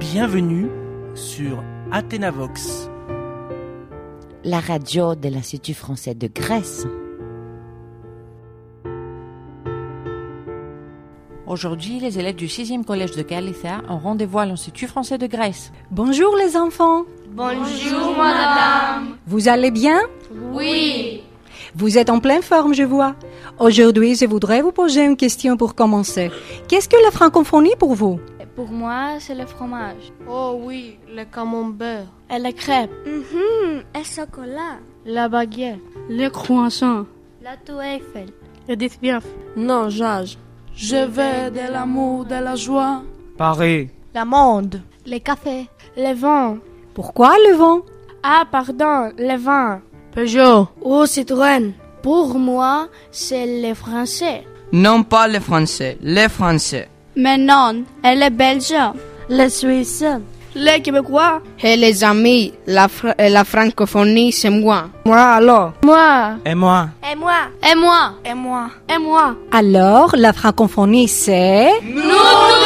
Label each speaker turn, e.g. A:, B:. A: bienvenue sur Athénavox.
B: La radio de l'Institut français de Grèce.
C: Aujourd'hui, les élèves du 6e collège de Calitha ont rendez-vous à l'Institut français de Grèce.
D: Bonjour les enfants.
E: Bonjour madame.
D: Vous allez bien
E: Oui.
D: Vous êtes en pleine forme, je vois. Aujourd'hui, je voudrais vous poser une question pour commencer. Qu'est-ce que la francophonie pour vous
F: Pour moi, c'est le fromage.
G: Oh oui, le camembert.
H: Et la crêpe.
I: Mm-hmm, et chocolat.
J: La baguette.
K: Le croissant.
L: La tour Eiffel.
M: Le défiant.
N: Non, Jage.
O: Je veux de l'amour, de la joie.
P: Paris.
Q: L'amande.
R: Les cafés.
S: Le vent.
D: Pourquoi le vent
S: Ah, pardon, le vent.
T: Peugeot. Oh, Citroën.
H: Pour moi, c'est les Français.
K: Non, pas les Français, les Français.
M: Mais non, et les Belges.
L: Les Suisses.
D: Les Québécois.
I: Et les amis, la, fr- la francophonie, c'est moi.
A: Moi alors.
R: Moi.
P: Et moi.
S: Et moi.
P: Et moi.
G: Et moi.
N: Et moi.
D: Alors, la francophonie, c'est...
B: Nous